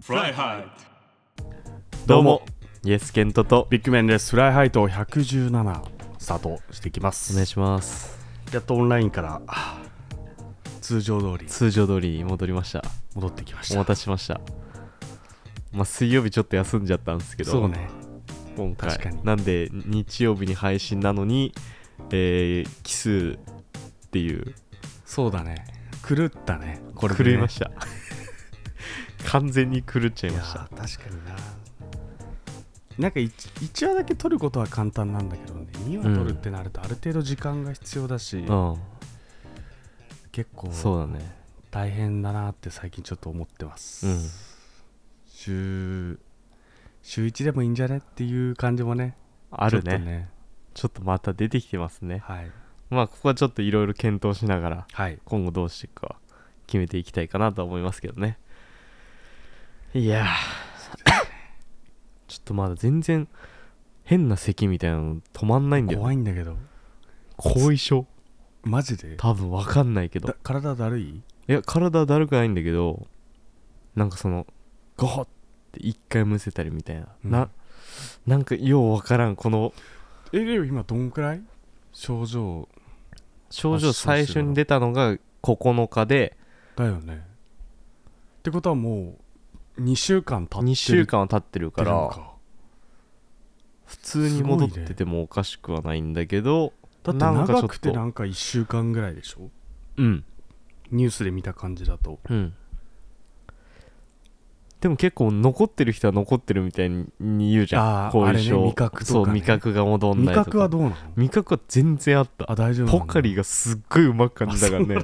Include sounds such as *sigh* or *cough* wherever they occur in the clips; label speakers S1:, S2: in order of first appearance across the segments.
S1: フライハイ
S2: どうも、イエスケントと
S3: ビッグメンです。フライハイト117スタートしていきま
S2: お願い
S3: す。
S2: します。
S3: やっとオンラインからはあ通常通り
S2: 通常通りに戻りました。
S3: 戻ってきまし
S2: お
S3: た。
S2: 待たせしました。まあ、水曜日ちょっと休んじゃったんですけど、
S3: そうね。
S2: 今回
S3: 確かに
S2: なんで、日曜日に配信なのに、えー、奇数っていう、
S3: そうだね。狂ったね。これでね
S2: 狂いました。 *laughs* 完全に狂っちゃい
S3: いや
S2: ました。
S3: ー確かにな。なんか 1, 話だけ取ることは簡単なんだけどね、2話取るってなるとある程度時間が必要だし、
S2: う
S3: 結構
S2: ん、そうだね。
S3: 大変だなって最近ちょっと思ってます。
S2: うん
S3: 週週1でもいいんじゃねっていう感じもね、
S2: ある
S3: ちょ
S2: ね
S3: っとね
S2: ちょっとまた出てきてますね。
S3: はい。
S2: まあ、ここはちょっといろいろ検討しながら、
S3: はい。
S2: 今後どうしていくか決めていきたいかなとは思いますけどねいやー *coughs* ちょっとまだ全然変な咳みたいなの止まんないんだよ
S3: 怖いんだけど
S2: 後遺症
S3: マジで
S2: 多分わかんないけど
S3: だ体だるい
S2: いや体だるくないんだけどなんかそのゴホって一回むせたりみたいな、
S3: うん
S2: ななんかようわからんこの
S3: えでも今どんくらい症状
S2: 症
S3: あ
S2: 状
S3: そう
S2: 最
S3: ですよ
S2: 初に出たのが9日で
S3: だよねってことはもう2週間経ってる
S2: 2週間は経ってる
S3: って
S2: か
S3: るの
S2: ら普通に戻っててもおかしくはないんだけど、
S3: だって
S2: なんかちょっと
S3: 長くてなんか1週間ぐらいでしょ
S2: うん
S3: ニュースで見た感じだと
S2: うんでも結構残ってる人は残ってるみたいに言うじゃ
S3: あ
S2: ん
S3: ー
S2: 後遺
S3: あれ
S2: 症
S3: ね味覚とかね
S2: そう味覚が戻ん
S3: 味
S2: ないとか
S3: 覚はどうなの
S2: 味覚は全然あった
S3: あ大丈夫なんだ
S2: ポカリがすっごいうまく感じたからね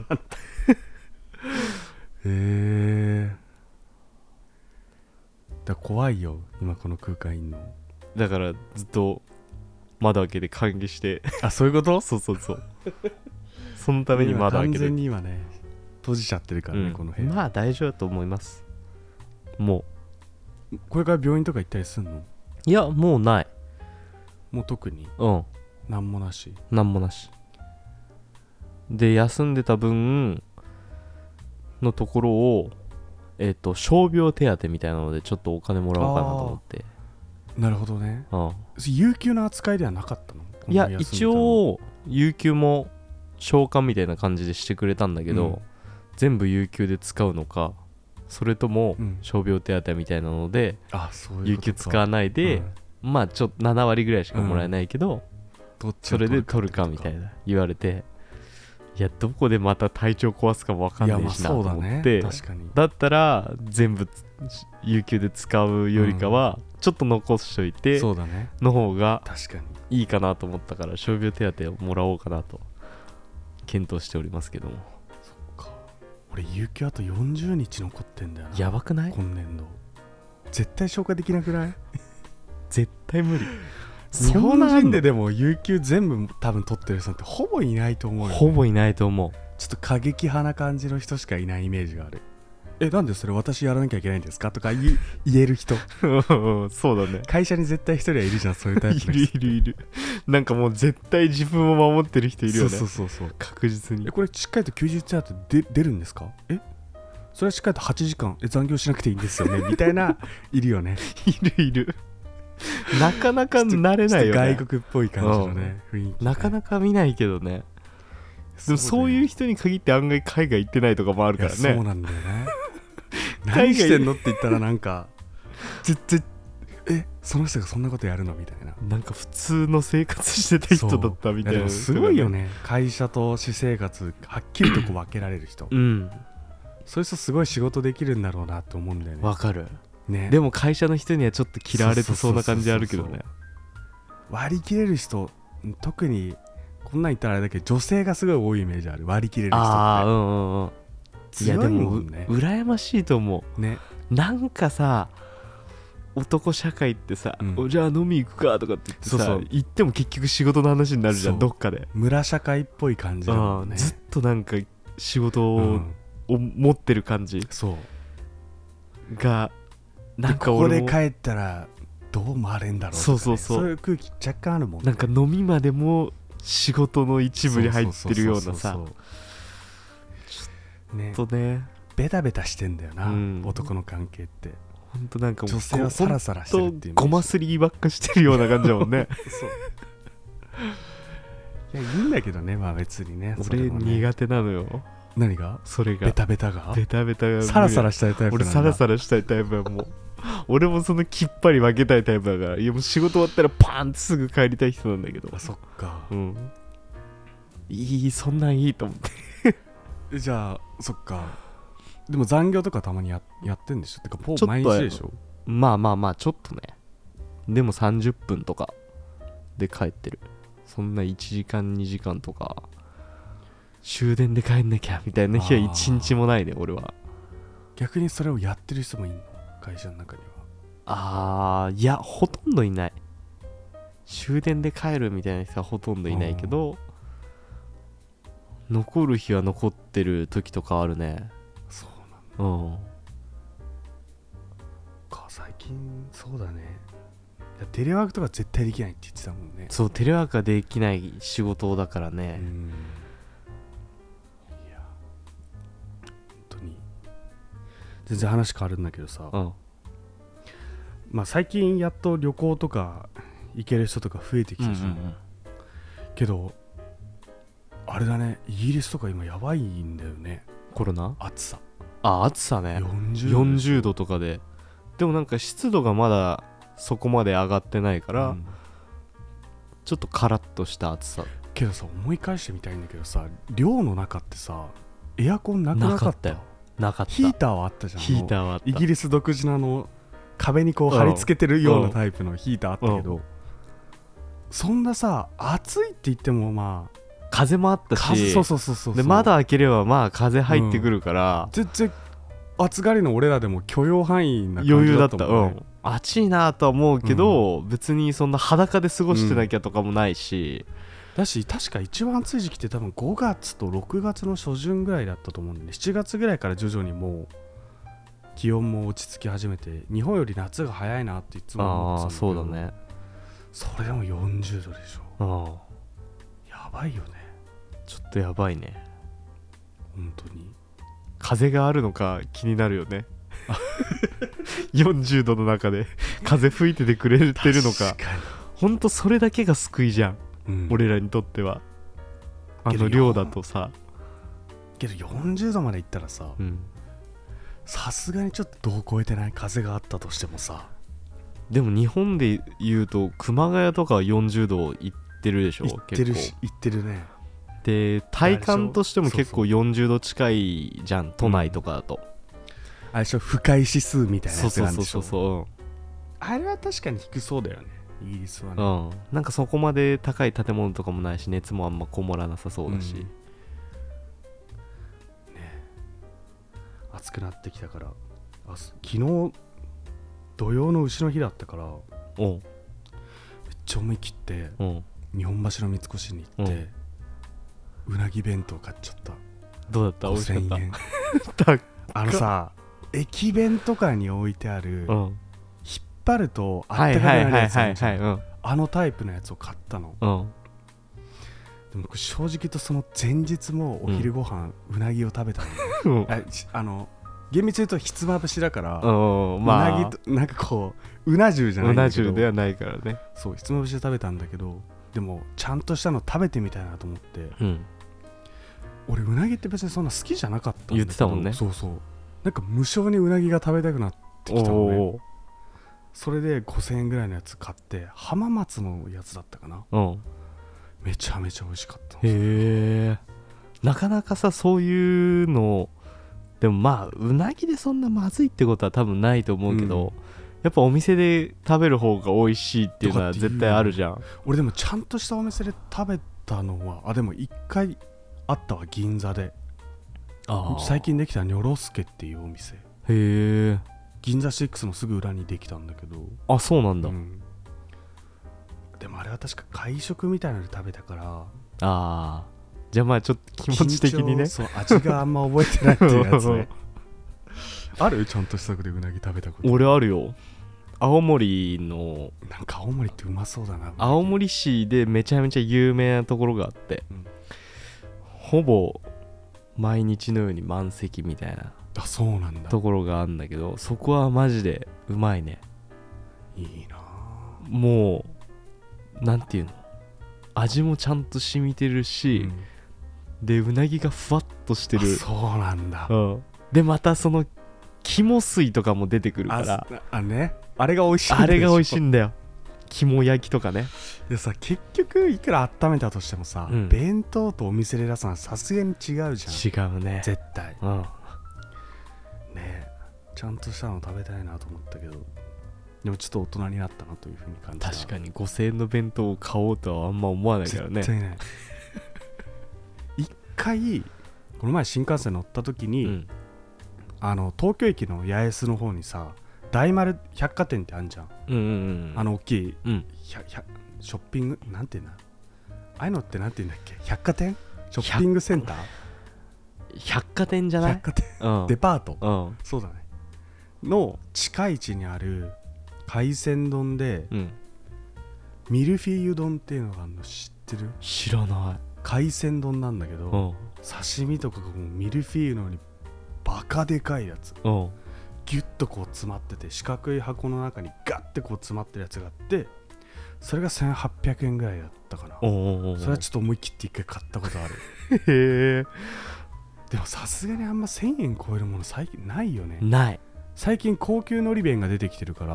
S3: へえだから怖いよ今この空間いんの
S2: だからずっと窓開けて換気して
S3: *laughs* あそういうこと
S2: そうそうそうそのために窓開
S3: 完
S2: けて
S3: 全に今ね閉じちゃってるからね、
S2: うん
S3: この部屋、
S2: まあ大丈夫だと思いますも
S3: これから病院とか行ったりすんの
S2: ういやもうない
S3: もう特に
S2: うん
S3: なんもなし
S2: なんもなしで休んでた分のところをえっ、と傷病手当みたいなのでちょっとお金もらおうかなと思って
S3: なるほどね
S2: う
S3: そ有給の扱いではなかったの
S2: ん、いや一応有給も償還みたいな感じでしてくれたんだけど、
S3: うん
S2: 全部有給で使うのかそれとも
S3: うん
S2: 傷病手当みたいなので、
S3: あそういう
S2: 有給使わ
S3: な
S2: ないで、まあちょっと7割ぐらいしかもらえないけど、
S3: どっち
S2: そ
S3: を
S2: れで取るかみたいな言われていやどこでまた体調壊すかも分かん
S3: い
S2: な
S3: やま
S2: い
S3: あ
S2: しなと
S3: そうだ
S2: 思っ
S3: ね
S2: てだ,、
S3: 確かに
S2: ったら全部し有給で使うよりかはちょっと残しといて
S3: そうだね
S2: の方が
S3: 確かに
S2: いいかなと思ったから傷病手当をもらおうかなと検討しておりますけども
S3: 俺有給あと40日残ってんだよな
S2: やばくない
S3: 今年度絶対消化できなくない
S2: 絶対無理
S3: *laughs* 日
S2: そん
S3: 本
S2: なあん
S3: 人
S2: の
S3: ででも有給全部多分取ってる人ってほぼいないと思うよ
S2: ほぼいないと
S3: *laughs*
S2: 思う
S3: ちょっと過激派な感じの人しかいないイメージがあるえなんでそれ私やらなきゃいけないんですかとか言い言え
S2: *laughs*
S3: る人
S2: うんそうだね
S3: 会社に絶対一人はいるじゃんそういうタイ
S2: い
S3: プの
S2: る
S3: 人
S2: いるいるなんかもう絶対自分を守ってる人いるよね
S3: そうそうそうそう
S2: 確実に
S3: えこれしっかりと休日手当で出るんですかえそれはしっかりと8時間え残業しなくていいんですよ
S2: *laughs*
S3: ねみたいないるよね
S2: いるいる。なかなか慣れないよ、
S3: ちょっ
S2: ね。
S3: と外国っぽい感じのね雰囲気
S2: なか
S3: か
S2: なか見ないけどね。でもそういう人に限って案外海外行ってないとかもある
S3: い
S2: か
S3: や
S2: ら
S3: そう
S2: ね。
S3: なんだよ
S2: *laughs*
S3: ね
S2: 海外
S3: 何してんのって言ったらなんかぜぜえその人がそんなことやるのみたいな
S2: なんか普通の生活してた人だったみたい
S3: やで
S2: な。
S3: もすごいよ。ね会社と私生活はっきりとこう分けられる人
S2: うん、
S3: そういう人すごい仕事できるんだろうなと思うんだよね
S2: わかる。
S3: ね
S2: でも会社の人にはちょっと嫌われてそうな感じあるけどね。
S3: 割り切れる人特にこんなん言ったらあれだけど女性がすごい多いイメージある割り切れる人
S2: ああ、う
S3: っ
S2: んうんうん。
S3: て
S2: いや
S3: 強
S2: で
S3: い
S2: も
S3: も
S2: うん
S3: ね
S2: 羨ましいと思
S3: ね
S2: う。なんかさ、男社会ってさ、
S3: うん
S2: おじゃあ飲み行くかとかって言ってさ、
S3: そうそう
S2: 行っても結局仕事の話になるじゃ
S3: そ
S2: ん、
S3: う
S2: どっかで。
S3: 村社会っぽい感じだも
S2: あ
S3: ん
S2: あ
S3: ね
S2: ずっとなんか仕事
S3: う
S2: を
S3: ん
S2: を持ってる感じ
S3: そう
S2: がなん
S3: で
S2: か
S3: ここ
S2: 俺
S3: で
S2: も
S3: 帰ったらどう回れんだろうとか
S2: そ
S3: ね
S2: うそうそう
S3: そういう空気若干あるもんね
S2: なんか飲みまでも仕事の一部に入ってるようなさ
S3: そうそうそうそうね
S2: ちょっとね
S3: ベタベタしてんだよな、
S2: うん
S3: 男の関係って
S2: ほんとなんかもう
S3: 女性はサラサラしてる
S2: ほ
S3: っ
S2: ん
S3: て
S2: と
S3: いうイメージ
S2: ごますりばっかしてるような感じだもんね
S3: そういやいいんだけどねまあ別に *laughs* ねそれ
S2: 俺
S3: もね
S2: 苦手なのよ
S3: 何が
S2: それが
S3: ベタベタが
S2: ベタベタが無理
S3: サラサラしたいタイプなん
S2: 俺
S3: だ
S2: サラサラしたいタイプやもう俺もそのきっぱり負けたいタイプだからいやもう仕事終わったらパーンってすぐ帰りたい人なんだけど
S3: あそっか
S2: うんいいそんなんいいと思って
S3: えじゃあそっかでも残業とかたまにややってんでしょてかポ
S2: ちょ
S3: ー
S2: っと
S3: 毎日でしょ
S2: まあまあまあちょっとねでも30分とかで帰ってるそんな1時間2時間とか終電で帰んなきゃみたいな日は
S3: あー
S2: 1日もないね俺は
S3: 逆にそれをやってる人もいんの会社の中には
S2: あーいやほとんどいない終電で帰るみたいな人はほとんどいないけど残る日は残ってる時とかあるね
S3: そうな
S2: うん
S3: のか最近そうだねいやテレワークとか絶対できないって言ってたもんね
S2: そうテレワークができない仕事だから
S3: う
S2: ね、
S3: んいや本当に全然話変わるんだけどさ、
S2: うん、
S3: まあ、最近やっと旅行とか行ける人とか増えてきてしまう、けどあれだねイギリスとか今やばいんだよね
S2: コロナ
S3: 暑さ
S2: あ暑さね
S3: 40
S2: 40度とかででもなんか湿度がまだそこまで上がってないか、
S3: から
S2: ちょっとカラッとした暑さ
S3: けどさ思い返してみたいんだけどさ寮の中ってさエアコンなくなか
S2: な
S3: った
S2: かったよなかった
S3: ヒーターはあったじゃん
S2: ヒーターはあった
S3: イギリス独自のあの壁にこう貼り付けてるようなタイプのヒーターあったけど、そんなさ暑いって言ってもまあ
S2: 風もあったし
S3: 風そうそうそうそう
S2: で窓開ければまあ風入ってくるから、
S3: 全然暑がりの俺らでも許容範囲な感じ
S2: 余裕だった
S3: も
S2: うん
S3: ね
S2: ん暑いなとは思うけど、別にそんな裸で過ごしてなきゃとかもないし、
S3: だし確か一番暑い時期って多分5月と6月の初旬ぐらいだったと思うんで、ね、7月ぐらいから徐々にもう気温も落ち着き始めて日本より夏が早いなっていつも
S2: あ
S3: 思
S2: あ
S3: ってた
S2: そ
S3: ん
S2: うだ
S3: けど
S2: ね
S3: それでも40度でしょ
S2: うん
S3: やばいよね
S2: ちょっとやばいね
S3: 本当に
S2: 風があるのか気になるよね *laughs* 40度の中で風吹いててくれてるのか
S3: 確か
S2: ほんとそれだけが救いじゃん、
S3: に、うん
S2: 俺らにとってはあ
S3: けど
S2: の
S3: よ
S2: 量だとさ、
S3: けど40度までいったらささすがにちょっと度を超えてない風があったとしてもさ
S2: でも日本で言うと熊谷とかは40度いってるでしょ
S3: 行ってる
S2: 結
S3: し
S2: 構
S3: 行ってるね
S2: で体感としても結構
S3: あ
S2: 40度近いじゃん都内とかだと、
S3: あれでしょ不快指数みたいな
S2: そう
S3: やつ
S2: そう
S3: なん
S2: そ
S3: で
S2: う
S3: し
S2: そ
S3: ょ
S2: うそ
S3: あれは確かに低そうだよねイギリスはね
S2: う、うん、なんかそこまで高い建物とかもないし熱もあんまこもらなさそうだし、
S3: うん暑くなってきたからあす昨日土曜の牛の日だったからめっ
S2: おう
S3: ちゃ思い切って
S2: おう
S3: 日本橋の三越に行って、うなぎ弁当買っちゃった
S2: どうだった美味し
S3: 5000
S2: かっ
S3: 円
S2: た
S3: あのさ駅弁とかに置いてある、
S2: う
S3: 引っ
S2: ん、
S3: 張るとあ
S2: は
S3: っ
S2: い
S3: たかく
S2: は
S3: ないる
S2: はい
S3: やつあ
S2: は
S3: る
S2: い
S3: じゃん
S2: はいうん
S3: あのタイプのやつを買ったの
S2: うん
S3: でも僕正直言うとその前日もお昼ご飯、うなぎを食べたの
S2: う
S3: *laughs*
S2: ん
S3: あしあの厳密に言うとひつまぶしだから、
S2: うんまあ
S3: うなぎとなんかこううな重じゃない
S2: うん
S3: だ
S2: な
S3: けど
S2: 重ではないからね
S3: そうひつまぶしで食べたんだけどでもちゃんとしたの食べてみたいなと思って
S2: うん
S3: 俺うなぎって別にそんな好きじゃなかったんだけど
S2: 言ってたもんね
S3: そうそうなんか無性にうなぎが食べたくなってきたのね
S2: お
S3: それで5000円ぐらいのやつ買って浜松のやつだったかな
S2: ーうん
S3: めちゃめちゃ美味しかったの
S2: へえなかなかさそういうのでもまあうなぎでそんなまずいってことは多分ないと思うけど、
S3: うん
S2: やっぱお店で食べる方が美味しいっていうのは
S3: とかっていう
S2: 絶対あるじゃん
S3: 俺でもちゃんとしたお店で食べたのはあでも1回あったわ銀座で最近できたニョロスケっていうお店
S2: へえ
S3: 銀座6のすぐ裏にできたんだけど
S2: あそうなんだ、
S3: うんでもあれは確か会食みたいなので食べたから
S2: ああじゃあまあちょっと気持ち的にね
S3: 緊張そう味があんま覚えてないっていうや
S2: *laughs*
S3: つねあるちゃんとしたくでうなぎ食べたこと
S2: 俺あるよ青森の
S3: なんか青森ってうまそうだな
S2: 青森市でめちゃめちゃ有名なところがあって、
S3: うん
S2: ほぼ毎日のように満席みたいな
S3: あそうなんだ
S2: ところがあるんだけどそこはマジでうまいね
S3: いいなあ
S2: もうなんていうの味もちゃんと染みてるし、
S3: うん
S2: でうなぎがふわっとしてる
S3: あそうなんだ
S2: うん、でまたその肝水とかも出てくるから
S3: ああねあれが美味しいん
S2: あ
S3: でし
S2: れ
S3: ょ
S2: が美味しいんだよ肝焼きとかね
S3: でさ結局いくら温めたとしてもさ、
S2: うん
S3: 弁当とお店で出すのはさすがに違うじゃん絶
S2: 違うね
S3: 対
S2: うん
S3: ねちゃんとしたの食べたいなと思ったけどでもちょっと大人になったなというふうに感じた
S2: 確かに5000円の弁当を買おうとはあんま思わないからね
S3: 絶対ない一回この前新幹線乗った時に、
S2: うん
S3: あの東京駅の八重洲の方にさ大丸百貨店ってあるじゃん、
S2: うんうんうん
S3: あの大きい
S2: うん
S3: ひゃひゃショッピングなんていうんだああいうのってなんていうんだっけ百貨店ショッピングセンター
S2: 百貨店じゃない
S3: 百貨店
S2: うん
S3: デパート
S2: うん
S3: そうだねの近い位置にある海鮮丼で
S2: うん
S3: ミルフィーユ丼っていうのがあるの知ってる
S2: 知らない
S3: 海鮮丼なんだけど、
S2: うん
S3: 刺身とかがもうミルフィーユのようにバカでかいやつ
S2: うん
S3: ギュッとこう詰まってて四角い箱の中にガッてこう詰まってるやつがあってそれが1800円ぐらいだったかな
S2: おんおん
S3: それはちょっと思い切って一回買ったことあ
S2: *laughs* へ
S3: るでもさすがにあんま1000円超えるもの最近ないよね
S2: えない
S3: 最近高級のり弁が出てきてるから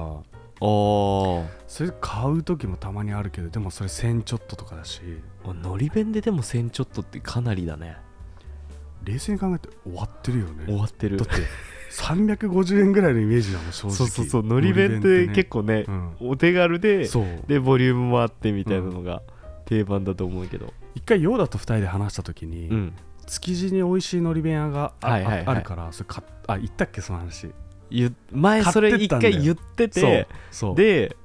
S2: おー
S3: それ買う時もたまにあるけどでもそれ1000ちょっととかだし
S2: のり弁ででも1000ちょっとってかなりだね
S3: 冷静に考えて終わってるよ
S2: 終
S3: ね
S2: わってる
S3: だって350円ぐらいのイメージだもん正直
S2: そうそうそうのり弁って結
S3: 構
S2: 構ね
S3: うん
S2: お手軽で
S3: そう
S2: でボリュームもあってみたいなのが定番だと思うけど、
S3: 一回ヨーダと二人で話した時に、
S2: うん、
S3: 築地に美味しいのり弁屋があ,あ、
S2: はいはいはい
S3: あるからそれ買っあ言ったっけその話
S2: ゆ前それ
S3: 買って
S2: 一
S3: たんだよ
S2: 回言ってて
S3: そうそう
S2: で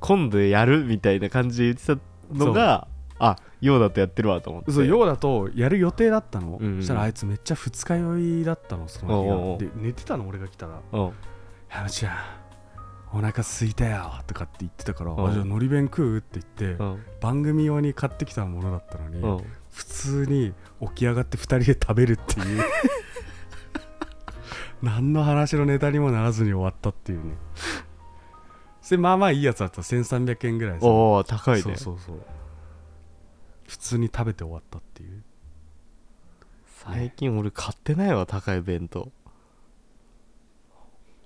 S2: 今度やるみたいな感じで言ってたのがあようだとやってるわと思って
S3: そうヨーダとやる予定だったの、
S2: うんうん
S3: そしたらあいつめっちゃ二日酔いだったのその日が
S2: おうおうおう
S3: で寝てたの俺が来たら
S2: うん
S3: 「ハムちゃんお腹空いたよ」とかって言ってたから「
S2: うん
S3: あじゃあのり弁食う?」って言って、
S2: うん
S3: 番組用に買ってきたものだったのに、
S2: うん
S3: 普通に起き上がって2人で食べるっ
S2: *laughs*
S3: ていう何の話のネタにもならずに終わったっていうねそれまあまあいいやつだった1300円ぐらいさ
S2: おお高いね
S3: そうそうそう普通に食べて終わったっていう
S2: 最近俺買ってないわ高い弁当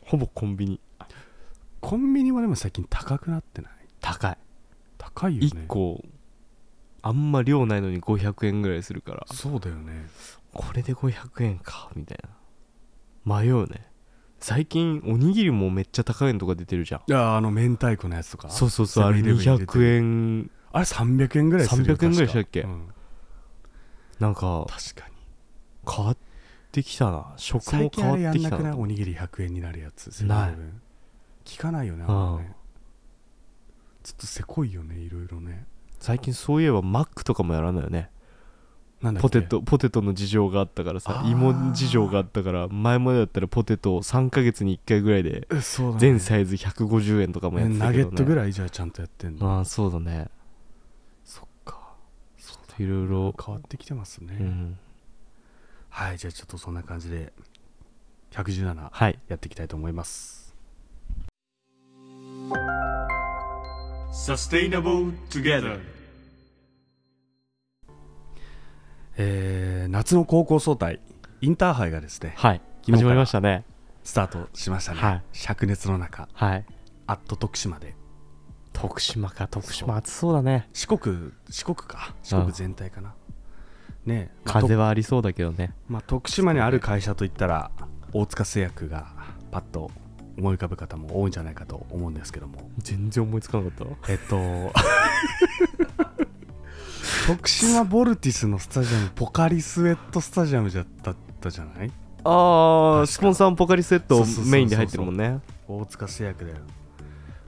S2: ほぼコンビニ
S3: コンビニはでも最近高くなってない
S2: 高
S3: 高いよ
S2: い
S3: ね
S2: 1個あんま量ないのに500円ぐらいするから
S3: そうだよね
S2: これで500円かみたいな迷うね最近おにぎりもめっちゃ高いのとか出てるじゃん
S3: いやあの明太子のやつとか
S2: そうそうそうあれ
S3: セブンイレブンに出てる
S2: 200円
S3: あれ300円ぐらいするよ
S2: 300円ぐらいしたっけ
S3: 確かうん
S2: なんか
S3: 確かに
S2: 変わってきたな食も
S3: 最近
S2: 変
S3: あれ
S2: わ
S3: や
S2: って
S3: ん
S2: き
S3: な
S2: た
S3: くない
S2: な
S3: おにぎり100円になるやつ
S2: ない
S3: セブンイレブン聞かないよね
S2: うん
S3: あんまねちょっとせこいよねいろいろね
S2: 最近そういえばマックとかもやらないよね
S3: なんだっけ
S2: ポテトポテトの事情があったからさ
S3: あー
S2: 芋事情があったから前までだったらポテトを3ヶ月に1回ぐらいで
S3: えそうだね
S2: 全サイズ150円とかもやって
S3: ね
S2: た
S3: ナ
S2: け
S3: ゲ
S2: ど、ね、
S3: ットぐらいじゃあちゃんとやってんの
S2: ああそうだね
S3: そっか
S2: いろいろ
S3: 変わってきてますね、
S2: うん
S3: はいじゃあちょっとそんな感じで117
S2: はい
S3: やっていきたいと思います。えー夏の高校総体インターハイがですね
S2: はい
S3: 昨日から
S2: 始まりましたね
S3: スタートしましたね、
S2: はい
S3: 灼熱の中
S2: はい
S3: アット徳島で
S2: 徳島か徳島暑そうだね
S3: 四国四国か四国全体かな、ねえまあ
S2: 風はありそうだけどね
S3: まあ、徳島にある会社といったら大塚製薬がパッと思い浮かぶ方も多いんじゃないかと思うんですけども
S2: 全然思いつかなかっ
S3: えっと徳島ボルティスのスタジアムポカリスエットスタジアムじゃだったじゃない
S2: たあ
S3: 確か
S2: あスポンサーもポカリセッ
S3: そ
S2: ト
S3: うそうそうそう
S2: メインで入ってるもんね
S3: 大塚製薬だよ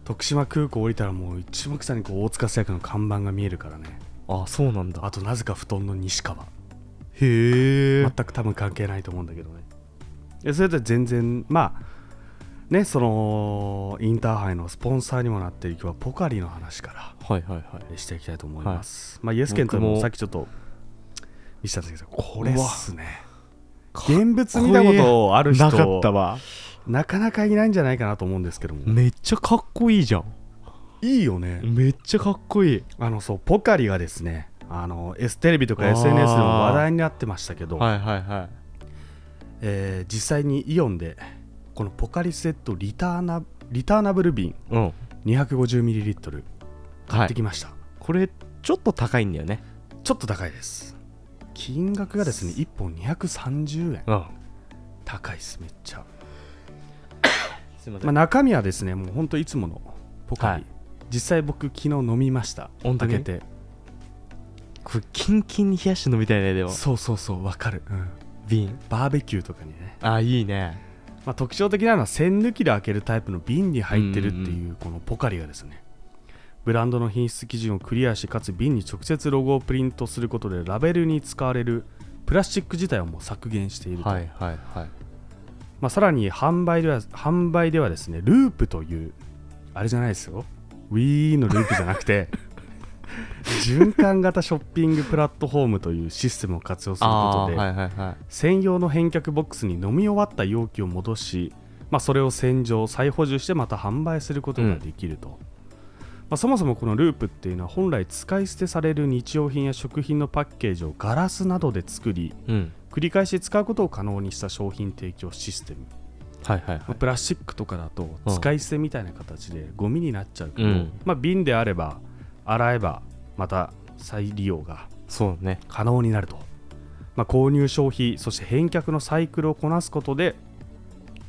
S3: 徳島空港降りたらもう一目散にこう大塚製薬の看板が見えるからね
S2: ああそうなんだ
S3: あとなぜか布団の西川
S2: へえ
S3: 全く多分関係ないと思うんだけどねいやそれとは全然まあねそのインターハイのスポンサーにもなっていくはポカリの話か
S2: はいはいはい
S3: らしていきたいと思います、まあイエスケンと
S2: 僕
S3: も
S2: も
S3: さっきちょっと見せたんですけどこれっすね現物見たことある人
S2: なかったわ
S3: なかなかいないんじゃないかなと思うんですけども、
S2: めっちゃかっこいいじゃん
S3: いいよね
S2: めっちゃかっこいい
S3: あのそうポカリがですねあの S テレビと
S2: あ
S3: か
S2: ー
S3: SNS でも話題になってましたけど、
S2: はいはいはい
S3: えー実際にイオンでこのポカリセットリターナリターナブル瓶
S2: うん
S3: 250ml 買
S2: は
S3: って
S2: い
S3: きました、
S2: これちょっと高いんだよね
S3: ちょっと高いです金額がですね1本230円
S2: うん
S3: 高いですめっちゃ、
S2: すいませ
S3: まあ、
S2: ん
S3: 中身はですねもうほんといつものポカリ、
S2: はい
S3: 実際僕昨日飲みました
S2: 本当に
S3: 開けて
S2: これキンキンに冷やして飲みたいねでも
S3: そうそうそうわかる、うん
S2: 瓶
S3: バーベキューとかにね、
S2: あいいね
S3: まあ、特徴的なのは栓抜きで開けるタイプの瓶に入ってるって
S2: うん
S3: いうこのポカリがですねブランドの品質基準をクリアしかつ瓶に直接ロゴをプリントすることでラベルに使われるプラスチック自体をもう削減していると、
S2: はいはいはい
S3: まあ、さらに販売では販売ではですねループというあれじゃないですよウィーのループじゃなく
S2: *laughs*
S3: て循環型ショッピングプラットフォームというシステムを活用すること
S2: あ
S3: で、
S2: ーはいはいはい
S3: 専用の返却ボックスに飲み終わった容器を戻し、まあ、それを洗浄再補充してまた販売することができると、まあ、そもそもこのループっていうのは本来使い捨てされる日用品や食品のパッケージをガラスなどで作り
S2: うん
S3: 繰り返し使うことを可能にした商品提供システム、ま
S2: はいはいは
S3: あ
S2: い
S3: プラスチックとかだと
S2: うん
S3: 使い捨てみたいな形でゴミになっちゃうけど、
S2: うん
S3: まあ、瓶であれば洗えばまた再利用が
S2: そうね
S3: 可能になると、まあ、購入消費そして返却のサイクルをこなすことで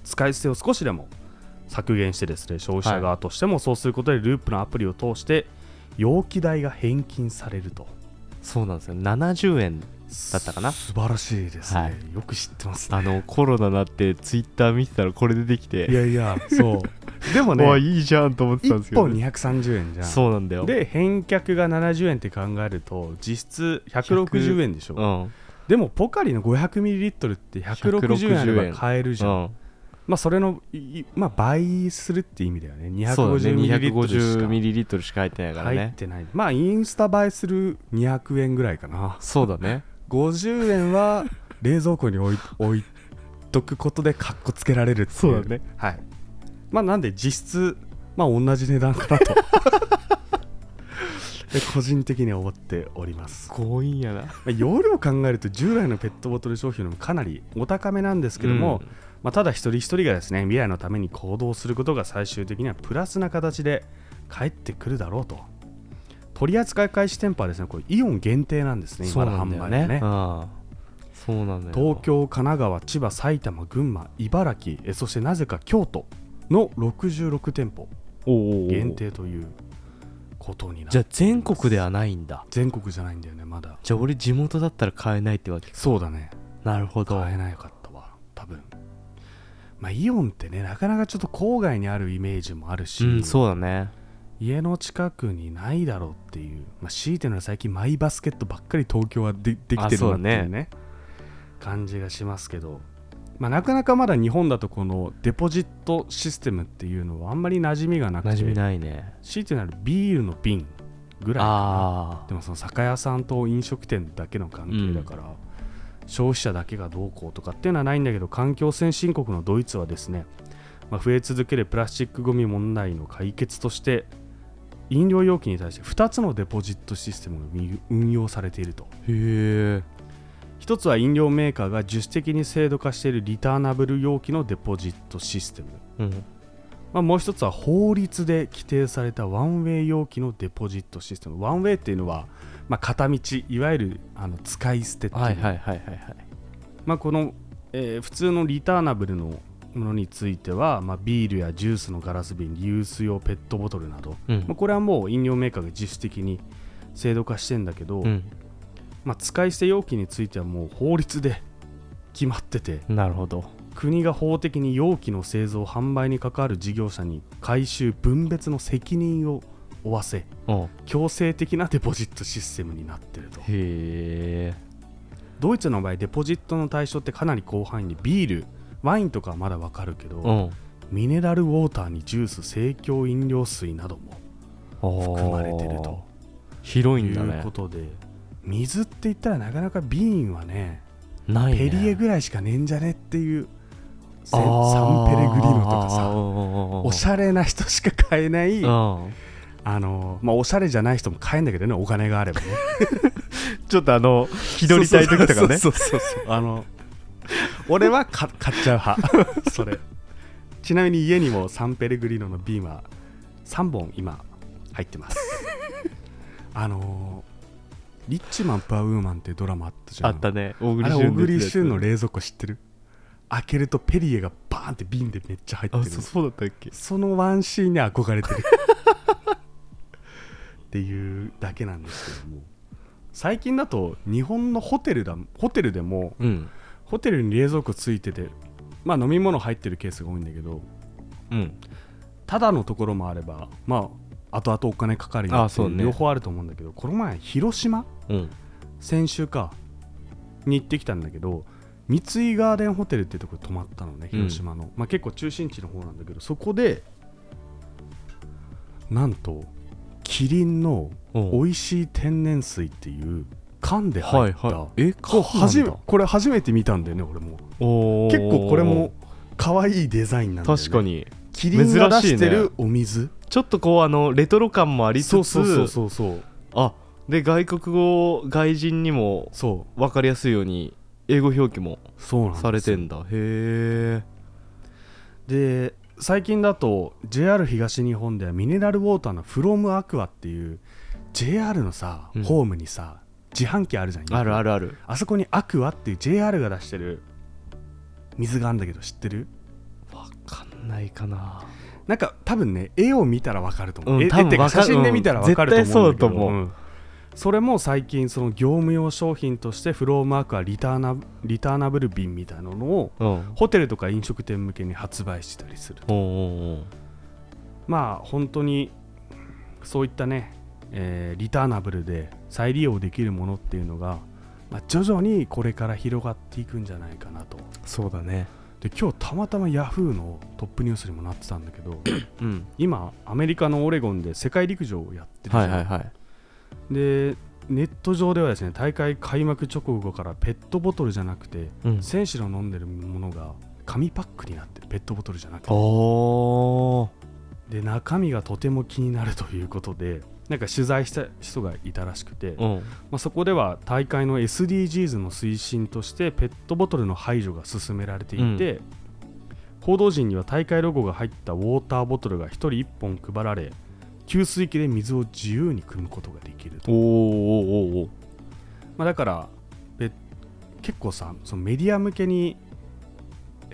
S3: 使い捨てを少しでも削減してですね消費者側としてもそうすることでループのアプリを通して容器代が返金されると
S2: そうなんですよ70円
S3: だ
S2: ったかな
S3: 素晴らしいですね、
S2: はい
S3: よく知ってますね
S2: あのコロナなってツイッター見てたらこれ出てきて
S3: いやいやそうでも
S2: うわ
S3: ね
S2: いいじゃんと思ってたんです
S3: 1
S2: けど
S3: 本
S2: ね、
S3: 230円じゃん
S2: そうなんだよ
S3: で返却が70円って考えると実質160円でしょ、
S2: うんうん
S3: でもポカリの 500ml って160円あれば買えるじゃんまあそれのいいまあ倍するって意味だよね。
S2: そうだね
S3: 250ml し
S2: 250ml しか入ってない
S3: か
S2: から
S3: 入っ
S2: ね
S3: てない。まあインスタ映えする200円ぐらいかな。
S2: そうだね
S3: 50
S2: *laughs*
S3: 円は冷蔵庫に置い置いとくことでカッコつけられるっていう。
S2: そうだね。
S3: はい。まあなんで実質まあ同じ値段か
S2: *laughs*
S3: なと。で個人的には思っております、
S2: 強引やな
S3: まあ、容量を考えると従来のペットボトル商品よりもかなりお高めなんですけども、
S2: うん
S3: まあ、ただ一人一人がですね未来のために行動することが最終的にはプラスな形で返ってくるだろうと取り扱い開始店舗はですねこれイオン限定なんですね
S2: そう
S3: 今の
S2: なんだ
S3: 販売
S2: よ
S3: は
S2: ね
S3: ね
S2: うんそうなんだよ
S3: 東京神奈川千葉埼玉群馬茨城えそしてなぜか京都の66店舗
S2: おうおうおう
S3: 限定ということにな
S2: じゃ
S3: る
S2: あ全国ではないんだ
S3: 全国じゃないんだよねまだ
S2: じゃあ俺地元だったら買えないってわけ
S3: そうだね
S2: なるほど
S3: 買えなかったわ多分まあイオンってねなかなかちょっと郊外にあるイメージもあるし、
S2: うんそうだね
S3: 家の近くにないだろうっていう、まあ、強いてるのは最近マイバスケットばっかり東京はでできてるなっていう
S2: あ
S3: ね
S2: そう
S3: 感じがしますけど、まあ、なかなかまだ日本だとこのデポジットシステムっていうのはあんまり馴染みがなく
S2: 馴染み
S3: て
S2: ないね
S3: 強いてなるビールの瓶ぐらいかな
S2: ああ
S3: でもその酒屋さんと飲食店だけの関係だから、消費者だけがどうこうとかっていうのはないんだけど環境先進国のドイツはですね、まあ、増え続けるプラスチックごみ問題の解決として飲料容器に対して2つのデポジットシステムが運運用されていると
S2: へえ
S3: 1つは飲料メーカーが自主的に制度化しているリターナブル容器のデポジットシステム、
S2: うん
S3: まあ、もう1つは法律で規定されたワンウェイ容器のデポジットシステムワンウェイっていうのは、まあ、片道いわゆるあの使い捨てっていう、
S2: はいはいはいはいはい
S3: まあ、この、えー普通のリターナブルのものについては、まあ、ビールやジュースのガラス瓶リユース用ペットボトルなど、
S2: うん
S3: まあ、これはもう飲料メーカーが自主的に制度化してんだけど、
S2: うん
S3: まあ、使い捨て容器についてはもう法律で決まってて
S2: なるほど
S3: 国が法的に容器の製造販売に関わる事業者に回収分別の責任を負わせ
S2: うん
S3: 強制的なデポジットシステムになってると
S2: へえ
S3: ドイツの場合デポジットの対象ってかなり広範囲でビールワインとかはまだわかるけど、
S2: うん
S3: ミネラルウォーターにジュース清強飲料水なども含
S2: 含
S3: まれてると
S2: 広
S3: と
S2: いん
S3: い
S2: だ
S3: う
S2: ね
S3: ことで水って言ったらなかなか瓶はね
S2: ないね
S3: ペリエぐらいしかねえんじゃねっていうせ
S2: あ
S3: サ
S2: ー
S3: ンペレグリーノとか
S2: あー
S3: さおしゃれな人しか買えない
S2: うん
S3: あのまあ、おしゃれじゃない人も買えんだけどねお金があればね
S2: *laughs* ちょっとあの気取りたい時とかね
S3: そうそうそうそうそうあの俺はか買っちゃ
S2: *laughs*
S3: う派それちなみに家にもサンペレグリーノのビーマー3本今入って
S2: *laughs*
S3: ますあのリッチマン・パワーウーマンっていうドラマあったじゃ
S2: あ
S3: ん
S2: ったね小
S3: あれ小栗旬の
S2: レ
S3: 冷蔵庫知ってる開けるとペリエがバーンって瓶でめっちゃ入ってる
S2: あ
S3: の
S2: そうそうだったっけ
S3: そのワンシーンに憧れてる *laughs* っていうだけなんですけども最近だと日本のホテルだホテルでも
S2: うん
S3: ホテルに冷蔵庫ついててまあ飲み物入ってるケースが多いんだけど
S2: うん
S3: ただのところもあればまあ後々お金かかるよ
S2: あ
S3: ってい
S2: そう
S3: う
S2: ね
S3: 両方あると思うんだけどこの前広島
S2: うん
S3: 先週かに行ってきたんだけど三井ガーデンホテルってとこ泊まったのね
S2: うん
S3: 広島の、まあ、結構中心地の方なんだけどそこでなんとキリンの美
S2: お
S3: 味しい天然水っていう缶で入った、
S2: いえ
S3: こう初め
S2: 缶なんだ
S3: これ初めて見たんだよね俺も
S2: おー
S3: 結構これも可愛いデザインなんだよね
S2: 確かに
S3: キリンが出して
S2: 珍しい
S3: る
S2: ね
S3: お水、
S2: ちょっとこうあのレトロ感もありつつ
S3: そうそうそうそうそう
S2: あで外国語外人にも
S3: そう
S2: 分かりやすいように英語表記も
S3: そうなんですよ
S2: されてんだへえ
S3: で最近だと JR 東日本ではミネラルウォーターのフロムアクアっていう JR のさ、
S2: うん
S3: ホームにさ自販機あるじゃん
S2: あるあ
S3: る
S2: るある
S3: あそこにアクアっていう JR が出してる水があるんだけど知ってる
S2: 分かんないかな
S3: なんか多分ね絵を見たらわかると思う、
S2: うん
S3: え
S2: 多分
S3: 絵ってか
S2: わかる
S3: 写真で見たらわかると思うんだけど、
S2: うん絶対そうだと思うん
S3: それも最近その業務用商品としてフロムアクアリターナリターナブル瓶みたいなのを
S2: うんお
S3: ホテルとか飲食店向けに発売したりする
S2: ーおー
S3: まあ本当にそういったね、えーリターナブルで再利用できるものっていうのが、まあ、徐々にこれから広がっていくんじゃないかなと
S2: そうだね
S3: で今日たまたま Yahoo のトップニュースにもなってたんだけ
S2: *clears throat*
S3: ど
S2: うん
S3: 今アメリカのオレゴンで世界陸上をやってるじゃ
S2: はい
S3: ん
S2: はいはい
S3: でネット上ではですね大会開幕直後からペットボトルじゃなくて
S2: うん
S3: 選手の飲んでるものが紙パックになってるペットボトルじゃなくて
S2: おー
S3: で中身がとても気になるということでなんか取材した人がいたらしくて、
S2: うん
S3: まあ、そこでは大会の SDGs の推進としてペットボトルの排除が進められていて、報道陣には大会ロゴが入ったウォーターボトルが1人1本配られ給水器で水を自由に汲むことができると、
S2: おーおーおーおー
S3: まあ、だからペ結構さそのメディア向けに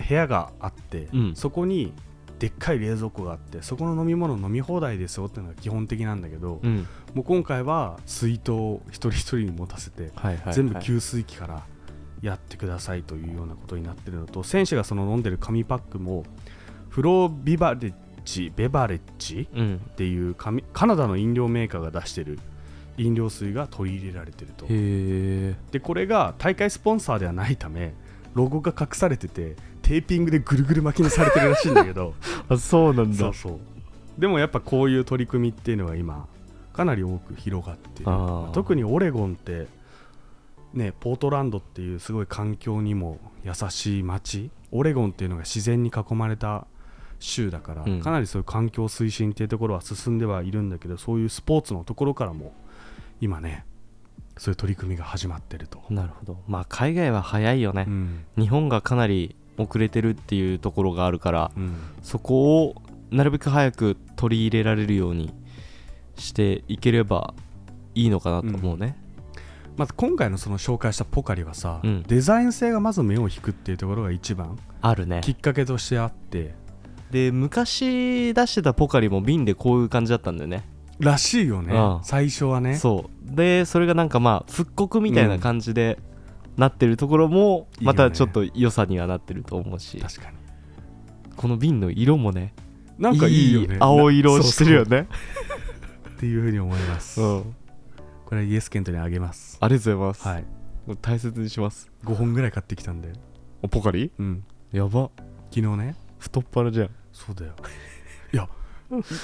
S3: 部屋があって、
S2: うん
S3: そこにでっかい冷蔵庫があってそこの飲み物飲み放題ですよっていうのが基本的なんだけど、
S2: うん
S3: もう今回は水筒を一人一人に持たせて、
S2: はいはいはい
S3: 全部給水器からやってくださいというようなことになってるのと選手がその飲んでる紙パックもフロービバレッジベバレッジ
S2: うん
S3: っていう紙カナダの飲料メーカーが出してる飲料水が取り入れられてると
S2: へえ
S3: でこれが大会スポンサーではないためロゴが隠されててテーピングでぐるぐる巻きにされてるらしいんだけど
S2: あ *laughs* そうなん
S3: そ
S2: だ
S3: うそうでもやっぱこういう取り組みっていうのは今かなり多く広がってる
S2: あー
S3: まあ特にオレゴンってねポートランドっていうすごい環境にも優しい街オレゴンっていうのが自然に囲まれた州だから、
S2: うん
S3: かなりそういう環境推進っていうところは進んではいるんだけどそういうスポーツのところからも今ねそういう取り組みが始まってると、
S2: なるほどまあ海外は早いよね
S3: うん
S2: 日本がかなり遅れてるっていうところがあるから
S3: うん
S2: そこをなるべく早く取り入れられるようにしていければいいのかなと思うね、
S3: まず今回のその紹介したポカリはさ、
S2: うん
S3: デザイン性がまず目を引くっていうところが一番
S2: あるね
S3: きっかけとしてあって
S2: で昔出してたポカリも瓶でこういう感じだったんだよね
S3: らしいよね、
S2: うん
S3: 最初はね
S2: そうでそれがなんかまあ復刻みたいな感じでなってるところも
S3: いいよ
S2: ま
S3: ね
S2: たちょっと良さにはなってると思うし、
S3: 確かに
S2: この瓶の色もね
S3: なんかいいよね
S2: 青色をしてるよ
S3: ね
S2: ね
S3: っていうふうに思います、
S2: うん
S3: これイエスケントにあげます
S2: ありがとうございます、
S3: はい
S2: 大切にします
S3: 5本ぐらい買ってきたんで、
S2: おポカリ
S3: うん、
S2: やば
S3: 昨日ね
S2: 太っ腹じゃん
S3: そうだよいや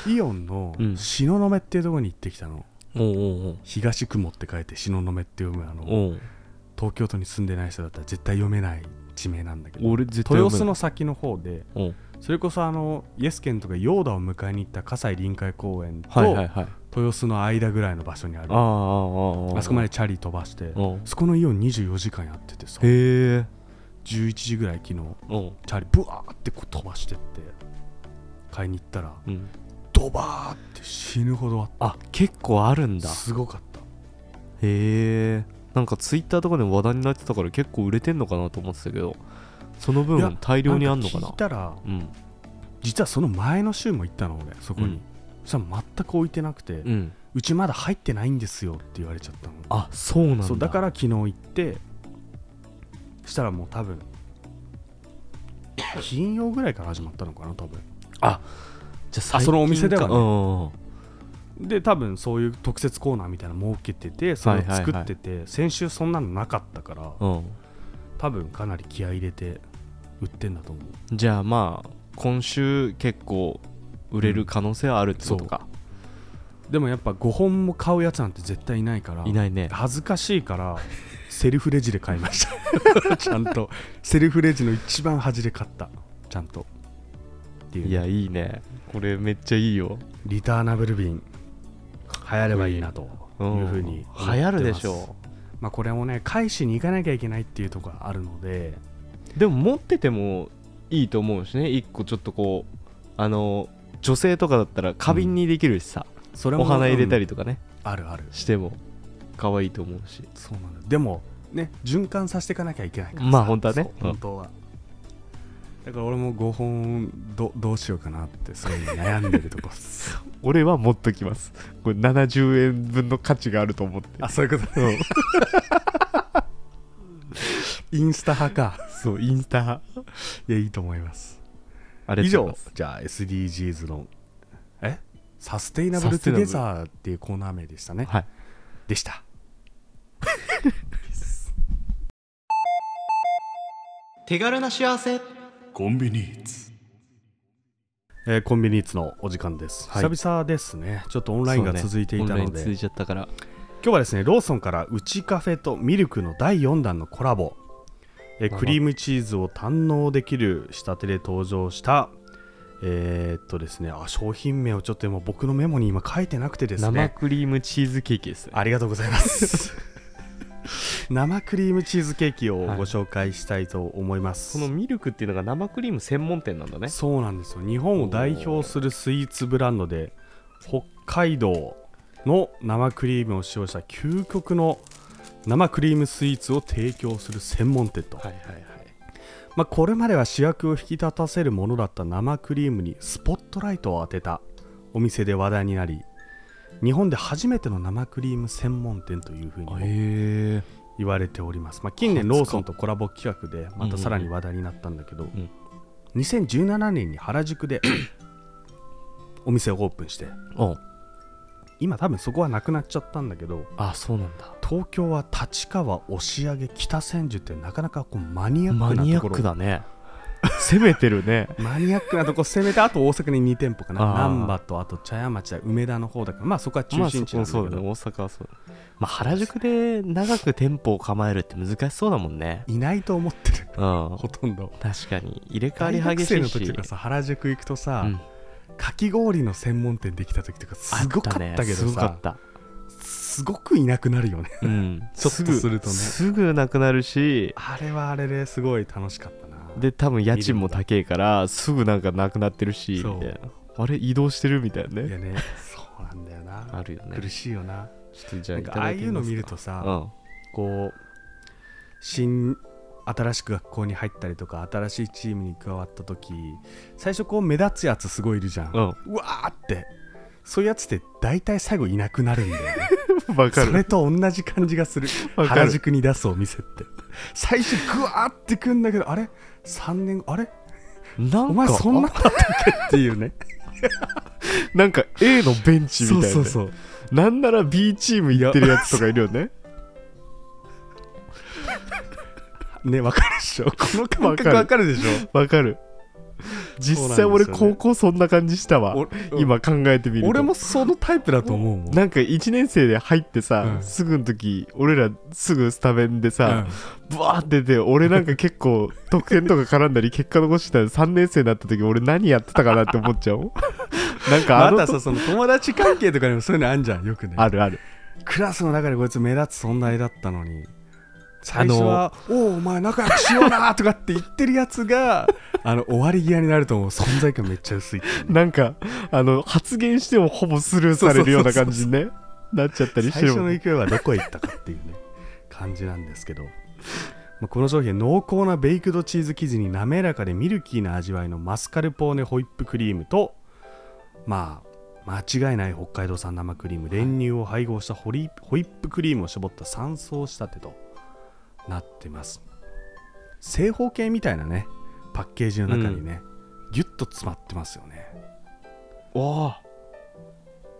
S3: イイオンの
S2: うん
S3: 東雲っていうところに行ってきたの、
S2: おうおう
S3: 東雲って書いて東雲って読むあ
S2: お
S3: の
S2: うおう
S3: 東京都に住んでない人だったら絶対読めない地名なんだけど
S2: 俺絶対
S3: 豊洲
S2: 読め
S3: の先の方で
S2: ない
S3: それこそあのイエスケンとかヨーダを迎えに行った葛西臨海公園と、
S2: うんはいはいはい
S3: 豊洲の間ぐらいの場所にある
S2: あ
S3: あ
S2: あああ
S3: そこま
S2: で
S3: でチャリ飛ばして
S2: うん
S3: そこのイオン24時間やっててさ
S2: へえ
S3: 11時ぐらい昨日
S2: うん
S3: チャリブワーってこう飛ばしてって買いに行ったら
S2: うん
S3: ドバーって死ぬほどあっ
S2: あ結構あるん
S3: た
S2: だ
S3: すごかった
S2: へえんかツイッターとかでも話題になってたから結構売れてんのかなと思ってたけどその
S3: いや
S2: 分大量にあんのか
S3: ん
S2: な
S3: 聞いたら
S2: うん
S3: 実はその前の週も行ったの俺そこに、
S2: うん
S3: そしたら全く置いてなくて、う
S2: うん
S3: ちまだ入ってないんですよって言われちゃったの
S2: あそうなんだ
S3: そうだからら昨日行ってしたらもう多分金曜ぐらいから始まったのかな多分
S2: じゃ最近か
S3: あそのお店ではね
S2: うん
S3: で多分そういう特設コーナーみたいなの設けててそれを作ってて、先週そんなのなかったから
S2: うん
S3: 多分かなり気合い入れて売ってんだと思う
S2: じゃあまあ今週結構売れる可能性はあるってことか、
S3: でもやっぱ5本も買うやつなんて絶対いないから
S2: いないね
S3: 恥ずかしいから *laughs* セルフレジで買いまし
S2: *laughs*
S3: たちゃんとセルフレジの一番端で買ったちゃんとっていう
S2: いやいいねこれめっちゃいいよ
S3: リターナブル便流行ればいいなというふうに思ってます
S2: 流行るでしょ
S3: まあこれもね返しに行かなきゃいけないっていうところがあるので
S2: でも持っててもいいと思うしね一個ちょっとこうあの女性とかだったら花瓶にできるしさ、
S3: それも
S2: お花入れた
S3: り
S2: りとかね、
S3: あるある
S2: しても可愛いと思うし
S3: そうなんだでもね循環させていかなきゃいけないからさ
S2: まあ本当はね
S3: そう
S2: うん
S3: 本当は、だから俺も5本どどうしようかなってすごい悩んでるとこっす
S2: 俺は持っときますこれ70円分の価値 *laughs* があると思って
S3: あそういうこと
S2: うん
S3: インスタ派か
S2: そうインスタ派
S3: いやいいと思います
S2: あれ
S3: 以上じゃあ SDGs のえサステイナブル
S2: サステ
S3: ト
S2: イナブ
S3: ゥゲ
S2: ル
S3: ザーっていうコーナー名でしたね
S2: はい
S3: でした
S1: 手軽な幸せ
S4: コンビニーツ
S3: えーコンビニーツのお時間です、
S2: はい
S3: 久々ですねちょっとオンラインが続いてい
S2: オ
S3: た
S2: ンライ
S3: の
S2: ン
S3: で、
S2: 続いちゃったから
S3: 今日はですねローソンからうちカフェとミルクの第4弾のコラボえー
S2: まあまあ
S3: クリームチーズを堪能できる仕立てで登場したえーっとですねあ商品名をちょっと今僕のメモに今書いてなくてです
S2: 生
S3: ね
S2: クリームチーズケーキですね
S3: ありがとうございます
S2: *laughs*
S3: 生クリームチーズケーキをご紹介したいと思います、
S2: このミルクっていうのが生クリーム専門店なんだね
S3: そうなんですよ日本を代表するスイーツブランドで北海道の生クリームを使用した究極の生クリームスイーツを提供する専門店と、
S2: いはいはい
S3: まあ、これまでは主役を引き立たせるものだった生クリームにスポットライトを当てたお店で話題になり日本で初めての生クリーム専門店というふうにも
S2: へえ
S3: 言われております、まあ、近年
S2: 初か
S3: ローソンとコラボ企画でまたさらに話題になったんだけど、
S2: ん
S3: 2017年に原宿で *coughs* お店をオープンして
S2: うん
S3: 今多分そこはなくなっちゃったんだけど
S2: あそうなんだ
S3: 東京は立川押上北千住ってなかなかこうマニアッ
S2: マ
S3: クな
S2: ニア
S3: とこ
S2: ッ
S3: ろ
S2: クだね攻めてる *laughs* ね
S3: マニアックなとこ
S2: *laughs*
S3: 攻めてあと大阪に2店舗かな
S2: あー
S3: 難波とあと茶屋町や梅田の方だからまあそこは中心地なんだけど、
S2: まあそこもそうだね大阪はそうまあ原宿で長く店舗を構えるって難しそうだもんね
S3: いないと思ってる
S2: うん
S3: ほとんど
S2: 確かに入れ替
S3: 大
S2: わり
S3: 学
S2: 激し
S3: 生
S2: い
S3: の
S2: し
S3: 時とかさ原宿行くとさ、
S2: うん
S3: かき氷の専門店できた時とかすごかったけ
S2: あねす
S3: ど
S2: ごか
S3: さ
S2: った
S3: すごくいなくなるよね *laughs*
S2: うん
S3: ちょっとするとね
S2: すぐなくなるし
S3: あれはあれですごい楽しかったな
S2: で多分家賃も高えからすぐなんかなくなってるし
S3: そう
S2: みたいなあれ移動してるみたいない
S3: や
S2: ね
S3: ねそうなんだよな
S2: あるよね
S3: 苦しいよな
S2: ちょっとじゃあ
S3: なん
S2: い
S3: か
S2: た
S3: ああ
S2: だい
S3: い
S2: て
S3: う
S2: み
S3: の
S2: ます
S3: 見ると
S2: か
S3: さこう新新しく学校に入ったりとか新しいチームに加わった時最初こう目立つやつすごいいるじゃ
S2: う
S3: ん、うんわーってそういうやつって大体最後いなくなるんだよね
S2: うん
S3: *laughs*
S2: わか
S3: そ
S2: る
S3: れと同じ感じがする
S2: わかる
S3: 原宿に出すお店って最初グワーってくんだけどあれ3年あれ
S2: な
S3: お
S2: ん
S3: 前
S2: か
S3: そんなだったっけってい
S2: *laughs*
S3: うね
S2: なんか A のベンチみたい
S3: そう
S2: なね
S3: そうそう
S2: なんなら B チーム行ってるやつとかいるよね
S3: ねわかるでしょこの感
S2: わか
S3: 覚
S2: る
S3: わかるでしょ
S2: わかる実際俺高校そんな感じしたわ、今考えてみると
S3: 俺もそのタイプだと思うもん
S2: なんか1年生で入ってさ、
S3: うん
S2: すぐの時俺らすぐスタメンでさ、
S3: うん
S2: ブワーって出て俺なんか結 *laughs* 構得点とか絡んだり結果残してたら3年生になった時俺何やってたかなって思っちゃ *laughs* うなんかあ
S3: ま
S2: の
S3: たさその友達関係とかにもそういうのあんじゃんよくね
S2: あるある
S3: クラスの中でこいつ目立つ存在だったのに最初は「おおお前仲良くしような」とかって言ってるやつがあの終わり際になるともう存在感めっちゃ薄いっていう
S2: なんかあの発言してもほぼスルーされるような感じにねなっちゃったりして
S3: 最
S2: る
S3: 初
S2: もん
S3: の勢いはどこへ行ったかっていうね感じなんですけど、まあ、この商品濃厚なベイクドチーズ生地に滑らかでミルキーな味わいのマスカルポーネホイップクリームとまあ間違いない北海道産生クリーム練乳を配合したホリホイップクリームを絞った3層仕立てとなってます正方形みたいなねパッケージの中にね、ギュッと詰まってますよね
S2: わ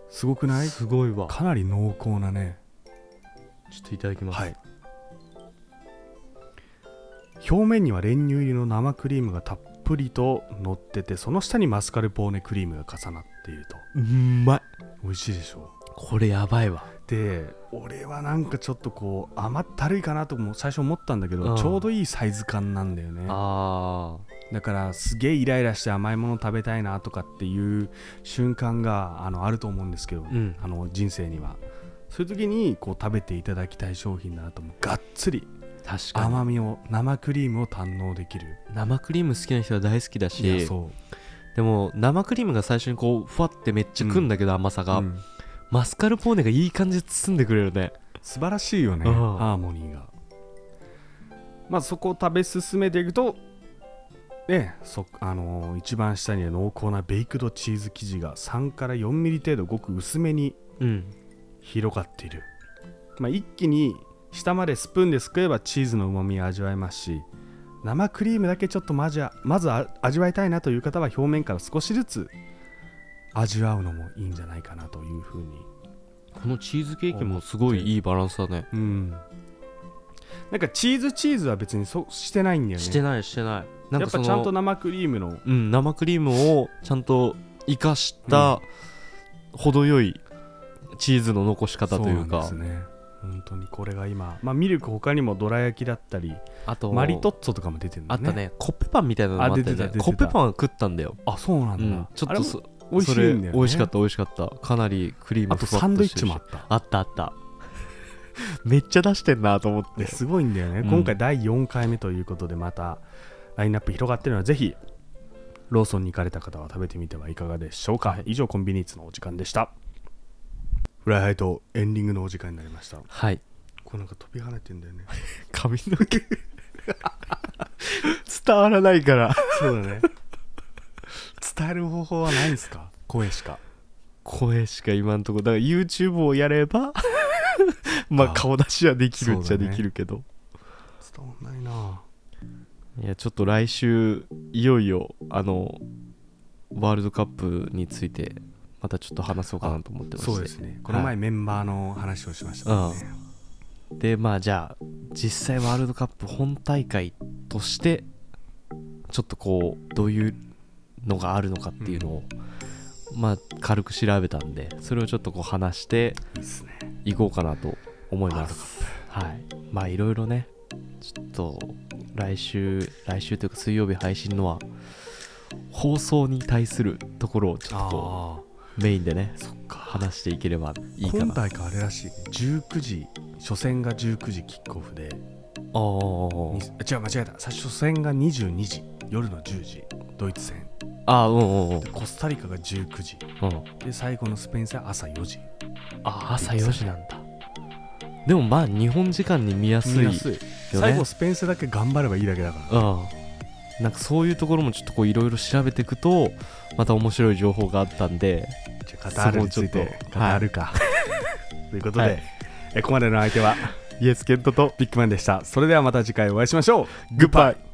S3: すごく
S2: あ
S3: ない
S2: すごいわ
S3: かなり濃厚なね
S2: ちょっといただきます、
S3: はい、表面には練乳入りの生クリームがたっぷりと乗っててその下にマスカルポーネクリームが重なっていると
S2: うまい
S3: 美味しいでしょ
S2: これやばいわ
S3: で俺はなんかちょっとこう甘ったるいかなとも最初思ったんだけど、
S2: うん
S3: ちょうどいいサイズ感なんだよね
S2: あ
S3: だからすげえイライラして甘いもの食べたいなとかっていう瞬間があのあると思うんですけど、
S2: ん
S3: あの人生にはそういう時にこう食べていただきたい商品だなともうがっつり
S2: 確か
S3: 甘みを生クリームを堪能できる
S2: に生クリーム好きな人は大好きだ
S3: いや
S2: し
S3: そう
S2: でも生クリームが最初にこうふわってめっちゃくんだけど、甘さが、
S3: うん
S2: マスカルポーネがいい感じで包んでくれるね
S3: 素晴らしいよね
S2: うん
S3: ハーモニーがまずそこを食べ進めていくとねそあのー一番下には濃厚なベイクドチーズ生地が3から4ミリ程度ごく薄めに
S2: うん
S3: 広がっている、まあ、一気に下までスプーンですくえばチーズのうまみを味わえますし生クリームだけちょっとまじゃまずあ味わいたいなという方は表面から少しずつ味わうのもいいんじゃないかなというふうに
S2: このチーズケーキもすごいいいバランスだね
S3: うんなんかチーズチーズは別にそしてないんだよね
S2: してないしてないなん
S3: や
S2: か
S3: っ
S2: そ
S3: ぱ
S2: の
S3: ちゃんと生クリームの
S2: うん、生クリームをちゃんと生かした程よいチーズの残し方というか
S3: そうなんですね本当にこれが今、まあ、ミルク他にもどら焼きだったり
S2: あと
S3: マリトッツォとかも出てるん
S2: あ
S3: だ
S2: ったねコッペパンみたいなのもあったよ
S3: あ出てた
S2: ね
S3: 出てた
S2: コッペパンは食ったんだよ、
S3: あそうな
S2: う
S3: んだ、
S2: ん、ちょっ
S3: あれ
S2: と
S3: も
S2: そ
S3: 美味しいんだよね
S2: それ美味しかった美味しかったかなりクリーム
S3: あと
S2: ふわっ
S3: サンドイッ
S2: して
S3: チ
S2: るし
S3: もあった
S2: あったあっためっちゃ出してんなと思って
S3: ですごいんだよね、
S2: うん
S3: 今回第4回目ということでまたラインナップ広がってるのはぜひローソンに行かれた方は食べてみてはいかがでしょうか、以上コンビニーツのお時間でしたフライハイとエンディングのお時間になりました
S2: はい
S3: これなんか飛び跳ねてんだよね
S2: 髪の毛伝わらないから
S3: そうだね伝える方法はないんすか声しか
S2: 声しか今んとこだから YouTube をやれ
S3: *laughs*
S2: ばまあ
S3: あ
S2: 顔出しはできるっち
S3: そ
S2: ゃ
S3: うだ
S2: で
S3: ね
S2: きるけど、
S3: 伝わんないない
S2: やちょっと来週いよいよあのワールドカップについてまたちょっと話そうかなと思ってまして
S3: そうですねこの
S2: は
S3: 前
S2: い
S3: メンバーの話をしましたもんね、
S2: でまあじゃあ実際ワールドカップ本大会としてちょっとこうどういうのがあるのかっていうのを、まあ軽く調べたんでそれをちょっとこう話して
S3: いいっすね
S2: いこうかなと思います。はい、まあいろいろね、ちょっと来週、来週というか水曜日配信のは、放送に対するところをちょっとこ
S3: あ
S2: うメインでね、話していければいいか
S3: 今
S2: な。あ
S3: 大会あれらしいね19時初戦が19時キックオフで
S2: あー、
S3: 違う間違えた最初初戦が22時夜の10時ドイツ戦
S2: ああ、うんうんうん。
S3: でコスタリカが19時
S2: うん
S3: で最後のスペイン戦朝4時
S2: あ、朝4時なんだ。でもまあ日本時間に見やすい。
S3: 見やすい最後スペイン戦だけ頑張ればいいだけだから
S2: うん、なんかそういうところもちょっとこういろいろ調べていくとまた面白い情報があったんで
S3: じゃあカタールについ
S2: そこを
S3: て
S2: ちょっと
S3: カタールか、 *laughs* ということで、
S2: はい
S3: えここまでの相手は
S2: イエスケントと
S3: ビッグマンでしたそれではまた次回お会いしましょうグッバイ